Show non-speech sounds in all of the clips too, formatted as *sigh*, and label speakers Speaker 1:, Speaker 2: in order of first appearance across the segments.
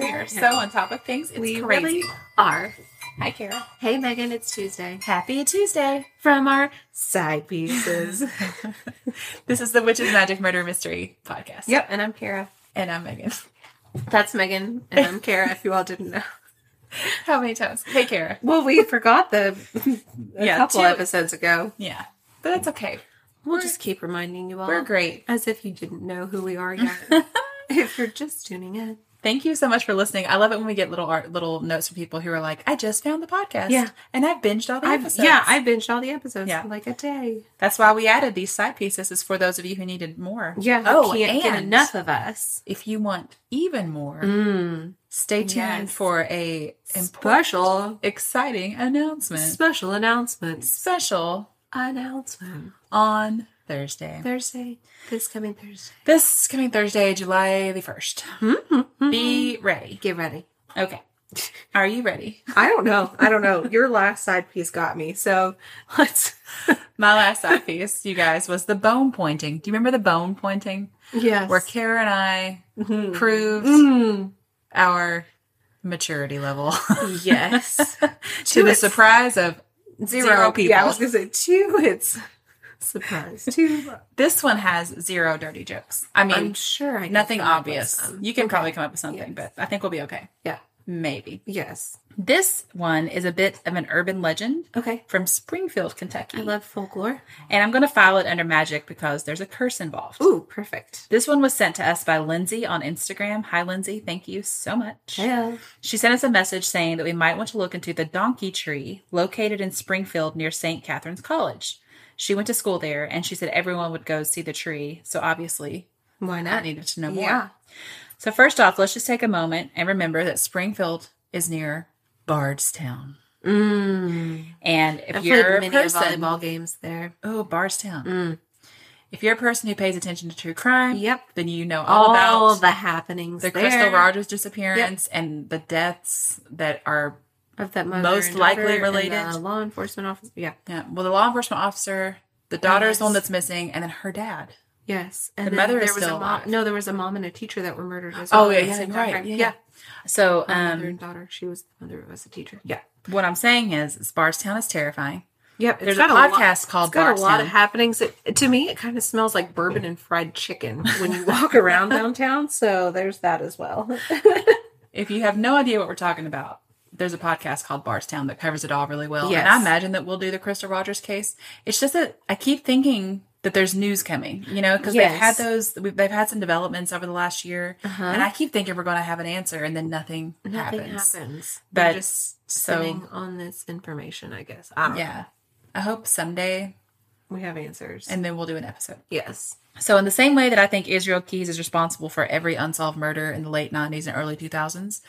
Speaker 1: are so on top of things. It's
Speaker 2: we
Speaker 1: crazy.
Speaker 2: *laughs* really are.
Speaker 1: Hi, Kara.
Speaker 2: Hey, Megan, it's Tuesday.
Speaker 1: Happy Tuesday.
Speaker 2: From our side *laughs* pieces.
Speaker 1: *laughs* This is the Witches Magic Murder Mystery podcast.
Speaker 2: yep, and I'm Kara.
Speaker 1: And I'm Megan. *laughs*
Speaker 2: That's Megan, and I'm Kara, if you all didn't know.
Speaker 1: How many times? Hey, Kara.
Speaker 2: *laughs* Well, we forgot the *laughs* a
Speaker 1: Yeah,
Speaker 2: couple
Speaker 1: two-
Speaker 2: episodes ago.
Speaker 1: Yeah. But that's okay.
Speaker 2: We'll just keep reminding you all.
Speaker 1: We're great.
Speaker 2: As if you didn't know who we are yet. *laughs* if you're just tuning in.
Speaker 1: Thank you so much for listening. I love it when we get little art, little notes from people who are like, "I just found the podcast,
Speaker 2: Yeah.
Speaker 1: and I've binged all the
Speaker 2: I've,
Speaker 1: episodes."
Speaker 2: yeah, I binged all the episodes
Speaker 1: Yeah.
Speaker 2: in like a day.
Speaker 1: that's why we added these side pieces. Is for those of you who needed more.
Speaker 2: Yeah,
Speaker 1: Oh,
Speaker 2: you can't get
Speaker 1: and-
Speaker 2: enough of us.
Speaker 1: If you want even more,
Speaker 2: Mm,
Speaker 1: stay tuned
Speaker 2: Yes.
Speaker 1: for a important,
Speaker 2: special,
Speaker 1: exciting announcement.
Speaker 2: special announcements.
Speaker 1: special
Speaker 2: Announcement.
Speaker 1: on Thursday.
Speaker 2: Thursday, this coming Thursday.
Speaker 1: This coming Thursday, July the 1st.
Speaker 2: Hmm.
Speaker 1: Be ready.
Speaker 2: Get ready.
Speaker 1: Okay. Are you ready?
Speaker 2: I don't know. I don't know. Your last side piece got me. So *laughs* let's.
Speaker 1: My last side piece, you guys, was the bone pointing. Do you remember the bone pointing?
Speaker 2: Yes.
Speaker 1: Where Kara and I
Speaker 2: Mhm.
Speaker 1: proved
Speaker 2: Mm.
Speaker 1: our maturity
Speaker 2: *laughs*
Speaker 1: level
Speaker 2: Yes.
Speaker 1: *laughs* to the
Speaker 2: its-
Speaker 1: surprise of zero, people.
Speaker 2: Yeah, I was going to say two. It's surprise. Two.
Speaker 1: This one has zero dirty jokes. I mean,
Speaker 2: *laughs* I'm sure I can
Speaker 1: nothing
Speaker 2: come up with
Speaker 1: obvious.
Speaker 2: some.
Speaker 1: You can probably come up with something,
Speaker 2: Yes.
Speaker 1: but I think we'll be okay.
Speaker 2: Yeah.
Speaker 1: Maybe.
Speaker 2: Yes.
Speaker 1: This one is a bit of an urban legend
Speaker 2: Okay.
Speaker 1: from Springfield, Kentucky.
Speaker 2: I love folklore.
Speaker 1: and I'm going to file it under magic because there's a curse involved.
Speaker 2: Ooh, perfect.
Speaker 1: This one was sent to us by Lindsay on Instagram. Hi, Lindsay. Thank you so much.
Speaker 2: Yeah.
Speaker 1: She sent us a message saying that we might want to look into the donkey tree located in Springfield near St. Catherine's College. She went to school there and she said everyone would go see the tree. So obviously,
Speaker 2: Why
Speaker 1: I
Speaker 2: not?
Speaker 1: needed to know more.
Speaker 2: Yeah.
Speaker 1: So, first off, let's just take a moment and remember that Springfield is near Bardstown.
Speaker 2: Mm.
Speaker 1: And if
Speaker 2: I played
Speaker 1: you're a
Speaker 2: many
Speaker 1: person,
Speaker 2: volleyball games there.
Speaker 1: oh, Bardstown.
Speaker 2: Mm.
Speaker 1: If you're a person who pays attention to true crime,
Speaker 2: Yep.
Speaker 1: then you know all,
Speaker 2: All,
Speaker 1: about
Speaker 2: the happenings
Speaker 1: the
Speaker 2: there
Speaker 1: Crystal Rogers disappearance and the deaths that are
Speaker 2: of that mother
Speaker 1: most
Speaker 2: and
Speaker 1: likely
Speaker 2: daughter and
Speaker 1: related.
Speaker 2: the law enforcement officer. Yeah.
Speaker 1: yeah, well, the law enforcement officer, the daughter is the one
Speaker 2: Yes.
Speaker 1: that's missing, and then her dad.
Speaker 2: Yes, and
Speaker 1: The
Speaker 2: then
Speaker 1: mother
Speaker 2: there
Speaker 1: is
Speaker 2: was
Speaker 1: still
Speaker 2: a mom.
Speaker 1: alive.
Speaker 2: No, there was a mom and a teacher that were murdered as well.
Speaker 1: Oh, yeah,
Speaker 2: at the
Speaker 1: yeah,
Speaker 2: same
Speaker 1: you're
Speaker 2: time
Speaker 1: right.
Speaker 2: frame.
Speaker 1: Yeah,
Speaker 2: yeah.
Speaker 1: So,
Speaker 2: A mother
Speaker 1: um,
Speaker 2: and daughter. She was the mother. It was a teacher.
Speaker 1: yeah,
Speaker 2: um,
Speaker 1: what I'm saying is, is Bardstown is terrifying.
Speaker 2: Yep.
Speaker 1: There's a podcast
Speaker 2: Lot,
Speaker 1: called
Speaker 2: it's got a lot
Speaker 1: Bardstown.
Speaker 2: of happenings. It, to me, it kind of smells like bourbon and fried chicken when you walk *laughs* around downtown. So there's that as well. *laughs*
Speaker 1: if you have no idea what we're talking about, there's a podcast called Bardstown that covers it all really well.
Speaker 2: Yes.
Speaker 1: And I imagine that we'll do the Crystal Rogers case. It's just that I keep thinking that there's news coming, you know, because they've had
Speaker 2: Yes.
Speaker 1: those, we've, they've had some developments over the last year.
Speaker 2: Uh-huh.
Speaker 1: And I keep thinking we're going to have an answer and then nothing,
Speaker 2: Nothing
Speaker 1: happens.
Speaker 2: happens.
Speaker 1: But
Speaker 2: We're just
Speaker 1: so-
Speaker 2: sitting on this information, I guess. I don't know.
Speaker 1: Yeah. I hope someday,
Speaker 2: We have answers.
Speaker 1: and then we'll do an episode.
Speaker 2: yes.
Speaker 1: So, in the same way that I think Israel Keys is responsible for every unsolved murder in the late 90s and early 2000s,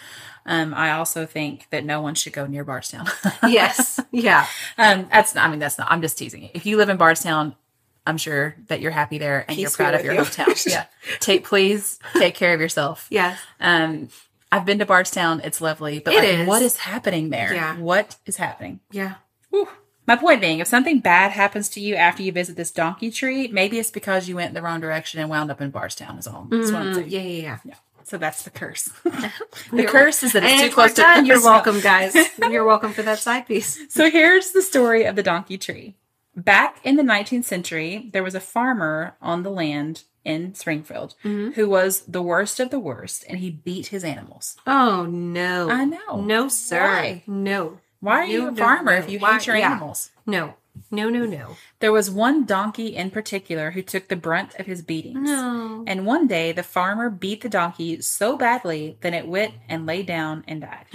Speaker 1: um, I also think that no one should go near *laughs* Bardstown.
Speaker 2: Yes. yeah.
Speaker 1: Um, that's I mean that's not. I'm just teasing you. If you live in Bardstown, I'm sure that you're happy there and you're
Speaker 2: Peace
Speaker 1: proud
Speaker 2: be
Speaker 1: of your
Speaker 2: with you.
Speaker 1: hometown.
Speaker 2: *laughs*
Speaker 1: yeah. Take please take care of yourself.
Speaker 2: Yes.
Speaker 1: Um, I've been to Bardstown. It's lovely, but
Speaker 2: It
Speaker 1: like,
Speaker 2: is.
Speaker 1: what is happening there?
Speaker 2: Yeah.
Speaker 1: What is happening?
Speaker 2: Yeah.
Speaker 1: Whew. My point being, if something bad happens to you after you visit this donkey tree, maybe it's because you went the wrong direction and wound up in Bardstown. Is all. That's what I'm
Speaker 2: Mm,
Speaker 1: saying.
Speaker 2: yeah. Yeah. Yeah.
Speaker 1: So that's the
Speaker 2: *laughs*
Speaker 1: curse. the
Speaker 2: You're-
Speaker 1: curse is that it's
Speaker 2: And
Speaker 1: too
Speaker 2: if
Speaker 1: close
Speaker 2: we're
Speaker 1: to. *laughs*
Speaker 2: done, You're
Speaker 1: Bardstown.
Speaker 2: welcome, guys. You're welcome for that side piece.
Speaker 1: So here's the story of the donkey tree. Back in the 19th century, there was a farmer on the land in Springfield
Speaker 2: Mm-hmm.
Speaker 1: who was the worst of the worst, and he beat his animals.
Speaker 2: Oh no!
Speaker 1: I know.
Speaker 2: No, sir.
Speaker 1: Why?
Speaker 2: No.
Speaker 1: Why are you
Speaker 2: No,
Speaker 1: a
Speaker 2: no,
Speaker 1: farmer
Speaker 2: no.
Speaker 1: if you
Speaker 2: Why-
Speaker 1: hate your
Speaker 2: yeah.
Speaker 1: animals?
Speaker 2: No. No. No. No.
Speaker 1: There was one donkey in particular who took the brunt of his beatings.
Speaker 2: No.
Speaker 1: And one day, the farmer beat the donkey so badly that it went and lay down and died.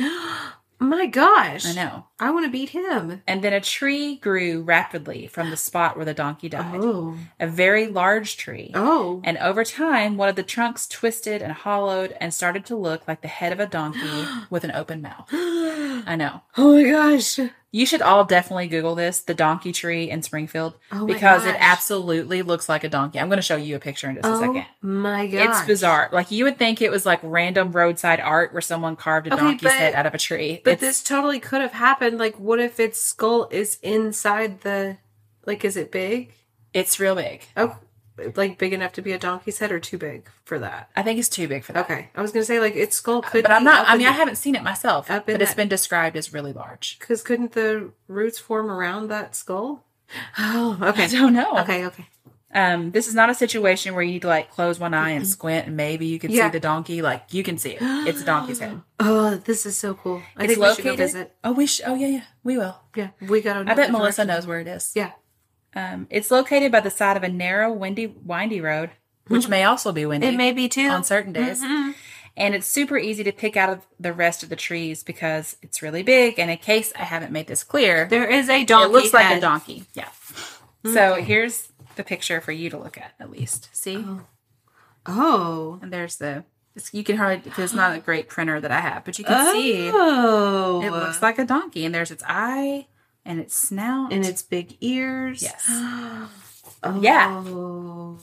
Speaker 2: My gosh! *gasps*
Speaker 1: I know.
Speaker 2: I want to beat him.
Speaker 1: And then a tree grew rapidly from the spot where the donkey died.
Speaker 2: Oh.
Speaker 1: A very large tree.
Speaker 2: Oh.
Speaker 1: And over time, one of the trunks twisted and hollowed and started to look like the head of a donkey
Speaker 2: *gasps*
Speaker 1: with an open mouth.
Speaker 2: oh
Speaker 1: I know.
Speaker 2: my gosh!
Speaker 1: You should all definitely Google this the donkey tree in Springfield
Speaker 2: Oh my
Speaker 1: because it
Speaker 2: gosh.
Speaker 1: absolutely looks like a donkey. I'm going to show you a picture in just a
Speaker 2: Oh
Speaker 1: second.
Speaker 2: my gosh!
Speaker 1: It's bizarre. Like you would think it was like random roadside art where someone carved a
Speaker 2: Okay,
Speaker 1: donkey's
Speaker 2: but-
Speaker 1: head out of a tree.
Speaker 2: But
Speaker 1: It's-
Speaker 2: this totally could have happened. Like, what if its skull is inside the? Like, is it big?
Speaker 1: it's real big.
Speaker 2: Oh, like big enough to be a donkey's head or too big for that?
Speaker 1: I think it's too big for that.
Speaker 2: Okay, I was gonna say like its skull could,
Speaker 1: But I'm not. I mean, I haven't seen it myself,
Speaker 2: Up
Speaker 1: but
Speaker 2: in
Speaker 1: it's
Speaker 2: that-
Speaker 1: been described as really
Speaker 2: *laughs*
Speaker 1: large.
Speaker 2: because couldn't the roots form around
Speaker 1: *sighs*
Speaker 2: that skull? Oh, okay,
Speaker 1: I don't know.
Speaker 2: okay, okay.
Speaker 1: Um, this is not a situation where you need to like close one eye and squint, and maybe you can
Speaker 2: Yeah.
Speaker 1: see the donkey. Like you can see it. It's a donkey's *gasps* head.
Speaker 2: Oh, this is so cool. I
Speaker 1: it's
Speaker 2: think we
Speaker 1: located.
Speaker 2: should go visit.
Speaker 1: Oh, we. Sh- oh, yeah, yeah. We will.
Speaker 2: Yeah, we got.
Speaker 1: I bet Melissa knows where it is.
Speaker 2: Yeah,
Speaker 1: Um, it's located by the side of a narrow, windy, windy road, which Mm-hmm. may Mm-hmm. also be windy
Speaker 2: it may be too.
Speaker 1: on certain days. And it's super easy to pick out of the rest of the trees because it's really big. And in case I haven't made this clear,
Speaker 2: There is a donkey.
Speaker 1: it looks like a
Speaker 2: head.
Speaker 1: donkey. Mm-hmm. Yeah. So here's the picture for you to look at, at least. See,
Speaker 2: Oh,
Speaker 1: and there's the. It's, you can hardly because it's not a great printer that I have, but you can see
Speaker 2: Oh,
Speaker 1: it looks like a donkey, and there's its eye and its snout.
Speaker 2: and its big ears.
Speaker 1: Yes.
Speaker 2: oh.
Speaker 1: Yeah.
Speaker 2: Well,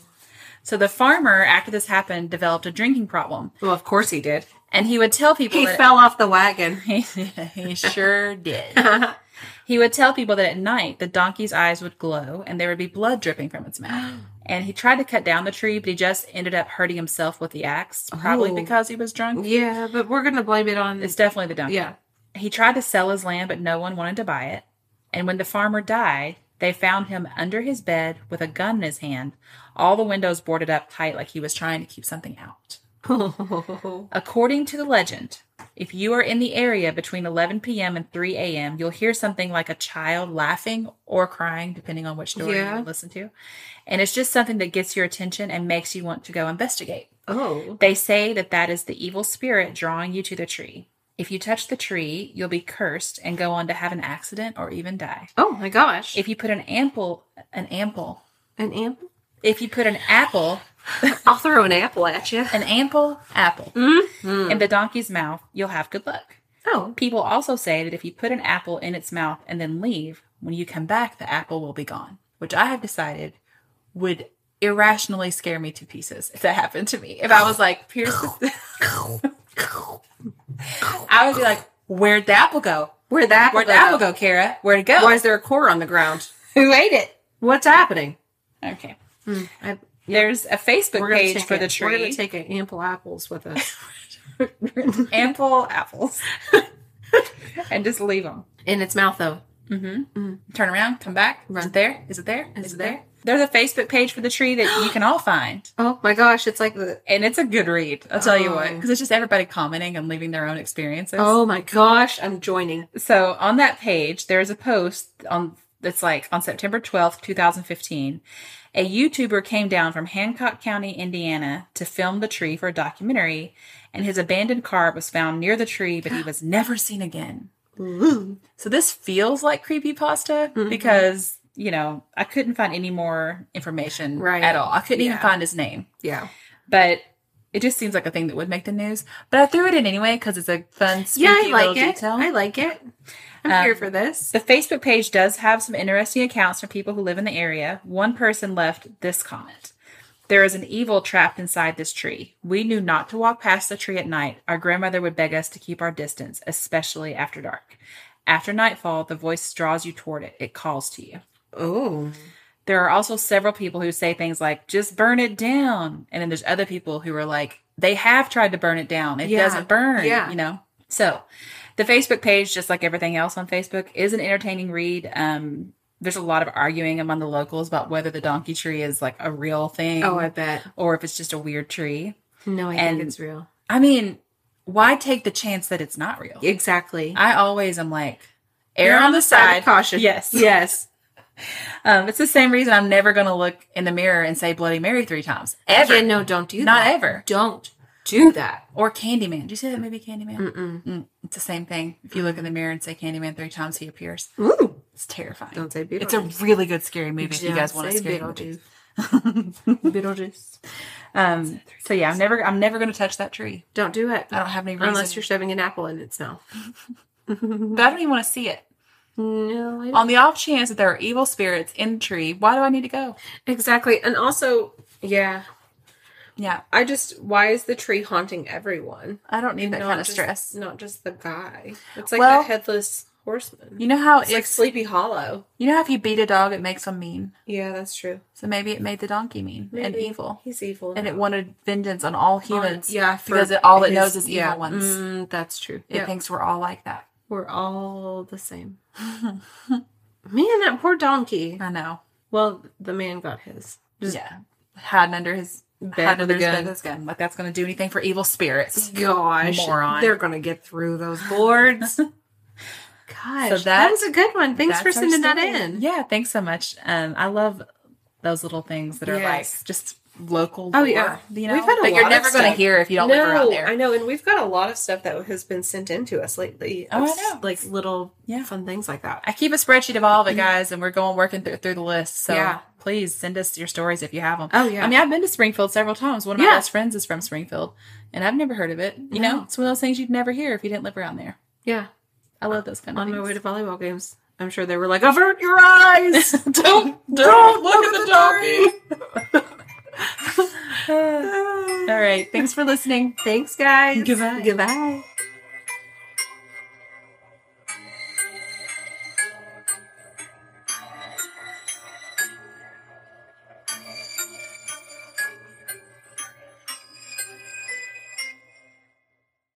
Speaker 1: so the farmer, after this happened, developed a drinking problem,
Speaker 2: of course he did.
Speaker 1: and he would tell people
Speaker 2: He
Speaker 1: that
Speaker 2: fell off the wagon.
Speaker 1: He, *laughs* he sure
Speaker 2: *laughs*
Speaker 1: did. he would tell people that at night the donkey's eyes would glow and there would be blood dripping from its
Speaker 2: *gasps*
Speaker 1: mouth. And he tried to cut down the tree, but he just ended up hurting himself with the axe, probably
Speaker 2: Oh.
Speaker 1: because he was drunk.
Speaker 2: Yeah, but we're gonna blame it on.
Speaker 1: It's definitely the donkey.
Speaker 2: yeah. *laughs*
Speaker 1: He tried to sell his land, but no one wanted to buy it. And when the farmer died, they found him under his bed with a gun in his hand, all the windows boarded up tight like he was trying to keep something out.
Speaker 2: Oh.
Speaker 1: According to the legend, if you are in the area between 11 p.m. and 3 a.m., you'll hear something like a child laughing or crying, depending on which story
Speaker 2: Yeah.
Speaker 1: you listen to. And it's just something that gets your attention and makes you want to go investigate.
Speaker 2: oh.
Speaker 1: They say that that is the evil spirit drawing you to the tree. If you touch the tree, you'll be cursed and go on to have an accident or even die.
Speaker 2: Oh my gosh.
Speaker 1: If you put an ample, an ample,
Speaker 2: an apple.
Speaker 1: if you put an apple
Speaker 2: I'll throw an apple at you.
Speaker 1: an ample apple in the donkey's mouth, you'll have good luck.
Speaker 2: Oh.
Speaker 1: People also say that if you put an apple in its mouth and then leave, when you come back, the apple will be gone, which I have decided would irrationally scare me to pieces if that happened to me. If I was like, Pierce, *laughs* I would be like, where'd the apple go?
Speaker 2: Where'd the apple
Speaker 1: Where'd the
Speaker 2: go?
Speaker 1: apple go, Kara? Where'd it go?
Speaker 2: Why is there a core on the ground?
Speaker 1: Who ate it?
Speaker 2: What's happening?
Speaker 1: Okay.
Speaker 2: I,
Speaker 1: There's a Facebook
Speaker 2: we're gonna
Speaker 1: page
Speaker 2: take
Speaker 1: for
Speaker 2: it.
Speaker 1: the
Speaker 2: We're gonna
Speaker 1: tree.
Speaker 2: take an ample apples with us,
Speaker 1: ample apples and just leave them.
Speaker 2: *laughs* in its mouth though.
Speaker 1: turn around, come back. Is
Speaker 2: Run.
Speaker 1: it there? Is it there?
Speaker 2: Is
Speaker 1: Is
Speaker 2: it
Speaker 1: it there? There's a Facebook page for the tree that you can
Speaker 2: *gasps*
Speaker 1: all find.
Speaker 2: Oh my gosh, it's like the
Speaker 1: And it's a good read, I'll tell you what,
Speaker 2: Oh.
Speaker 1: because it's just everybody commenting and leaving their own experiences.
Speaker 2: Oh my gosh, I'm joining.
Speaker 1: So on that page, there's a post on that's like on September 12th, 2015. A YouTuber came down from Hancock County, Indiana to film the tree for a documentary, and his abandoned car was found near the tree,
Speaker 2: *gasps*
Speaker 1: but he was never seen again. So this feels like creepy pasta
Speaker 2: Mm-hmm.
Speaker 1: because you know I couldn't find any more information
Speaker 2: Right.
Speaker 1: at all. I couldn't even
Speaker 2: Yeah.
Speaker 1: find his name,
Speaker 2: Yeah.
Speaker 1: but it just seems like a thing that would make the news. But I threw it in anyway because it's a fun, spooky
Speaker 2: Yeah, I like
Speaker 1: little
Speaker 2: it.
Speaker 1: detail.
Speaker 2: I like it. I'm
Speaker 1: Um,
Speaker 2: here for this.
Speaker 1: The Facebook page does have some interesting accounts from people who live in the area. One person left this comment There is an evil trapped inside this tree. We knew not to walk past the tree at night. Our grandmother would beg us to keep our distance, especially after dark. After nightfall, the voice draws you toward it, it calls to you.
Speaker 2: Oh.
Speaker 1: There are also several people who say things like, just burn it down. And then there's other people who are like, they have tried to burn it down. It
Speaker 2: Yeah.
Speaker 1: doesn't burn,
Speaker 2: Yeah.
Speaker 1: you know? So the Facebook page, just like everything else on Facebook, is an entertaining read. Um, there's a lot of arguing among the locals about whether the donkey tree is like a real thing
Speaker 2: Oh, I bet.
Speaker 1: or if it's just a weird tree.
Speaker 2: No, I
Speaker 1: And-
Speaker 2: think it's real.
Speaker 1: I mean, why take the chance that it's not real?
Speaker 2: Exactly.
Speaker 1: I always am like, err on the side.
Speaker 2: of caution.
Speaker 1: Yes.
Speaker 2: Yes.
Speaker 1: Um, it's the same reason I'm never going to look in the mirror and say Bloody Mary three times. Ever.
Speaker 2: Yeah, no, don't do
Speaker 1: Not
Speaker 2: that.
Speaker 1: ever.
Speaker 2: Don't do that.
Speaker 1: Or Candyman. Do you see that movie Candyman? Mm-mm. Mm, it's the same thing. If you look in the mirror and say Candyman three times, he appears.
Speaker 2: Ooh.
Speaker 1: It's terrifying.
Speaker 2: Don't say
Speaker 1: It's a
Speaker 2: Beetlejuice.
Speaker 1: really good scary movie. If you guys want to
Speaker 2: Don't
Speaker 1: scary
Speaker 2: say
Speaker 1: movie.
Speaker 2: Beetlejuice. *laughs* Beetlejuice.
Speaker 1: Um, so yeah, I'm never, I'm never going to touch that tree.
Speaker 2: Don't do it.
Speaker 1: I don't have any reason.
Speaker 2: Unless you're shoving an apple in its mouth.
Speaker 1: but I don't even want to see it.
Speaker 2: No, I don't.
Speaker 1: On the off chance that there are evil spirits in the tree, why do I need to go?
Speaker 2: Exactly. And also, yeah.
Speaker 1: Yeah,
Speaker 2: I just why is the tree haunting everyone?
Speaker 1: I don't need that
Speaker 2: Not
Speaker 1: kind of
Speaker 2: just-
Speaker 1: stress.
Speaker 2: Not just the guy. It's like
Speaker 1: Well-
Speaker 2: that headless horseman.
Speaker 1: You know how
Speaker 2: it's like
Speaker 1: if
Speaker 2: Sleepy Hollow.
Speaker 1: you know how if you beat a dog, it makes them mean.
Speaker 2: Yeah, that's true.
Speaker 1: So maybe it made the donkey mean and
Speaker 2: Maybe.
Speaker 1: evil,
Speaker 2: He's evil.
Speaker 1: and
Speaker 2: now.
Speaker 1: it wanted vengeance on all humans.
Speaker 2: yeah, for
Speaker 1: because it, all it
Speaker 2: his-
Speaker 1: knows is evil
Speaker 2: yeah,
Speaker 1: ones.
Speaker 2: mm, that's true.
Speaker 1: It
Speaker 2: Yeah,
Speaker 1: thinks we're all like that.
Speaker 2: we're all
Speaker 1: *laughs*
Speaker 2: the same. man, that poor donkey.
Speaker 1: I know.
Speaker 2: Well, the man got his. Just
Speaker 1: yeah, hiding under his
Speaker 2: Bed
Speaker 1: hiding
Speaker 2: with
Speaker 1: under
Speaker 2: a
Speaker 1: his
Speaker 2: gun.
Speaker 1: bed with his gun. Like that's gonna do anything for evil spirits.
Speaker 2: gosh,
Speaker 1: Moron.
Speaker 2: they're gonna get through those
Speaker 1: *laughs*
Speaker 2: boards. gosh,
Speaker 1: So
Speaker 2: that
Speaker 1: that-
Speaker 2: was a good one. Thanks
Speaker 1: That's
Speaker 2: for
Speaker 1: our
Speaker 2: sending that
Speaker 1: story.
Speaker 2: in.
Speaker 1: Yeah, thanks so much. Um, I love those little things that are
Speaker 2: Yes.
Speaker 1: like just local.
Speaker 2: Oh, yeah.
Speaker 1: lore, you know,
Speaker 2: We've had a
Speaker 1: that
Speaker 2: lot
Speaker 1: you're
Speaker 2: of
Speaker 1: never gonna
Speaker 2: stuff.
Speaker 1: hear if you don't
Speaker 2: no,
Speaker 1: live around there.
Speaker 2: I know, and we've got a lot of stuff that has been sent in to us lately.
Speaker 1: Oh, I
Speaker 2: It's
Speaker 1: know.
Speaker 2: like little
Speaker 1: Yeah.
Speaker 2: fun things like that.
Speaker 1: I keep a spreadsheet of all of it, guys, and we're going working through, through the list. So
Speaker 2: Mm. Yeah.
Speaker 1: please send us your stories if you have them.
Speaker 2: Oh, yeah.
Speaker 1: I mean, I've been to Springfield several times. One of
Speaker 2: Yeah.
Speaker 1: my best friends is from Springfield, and I've never heard of it. You
Speaker 2: No.
Speaker 1: know, it's one of those things you'd never hear if you didn't live around there.
Speaker 2: Yeah,
Speaker 1: I love those kind of
Speaker 2: on
Speaker 1: things.
Speaker 2: my way to volleyball games, I'm sure they were like, "Avert your
Speaker 1: *laughs*
Speaker 2: eyes." *laughs*
Speaker 1: don't don't, look, at, the donkey. *laughs* All right. Thanks for listening.
Speaker 2: Thanks, guys.
Speaker 1: Goodbye.
Speaker 2: Goodbye.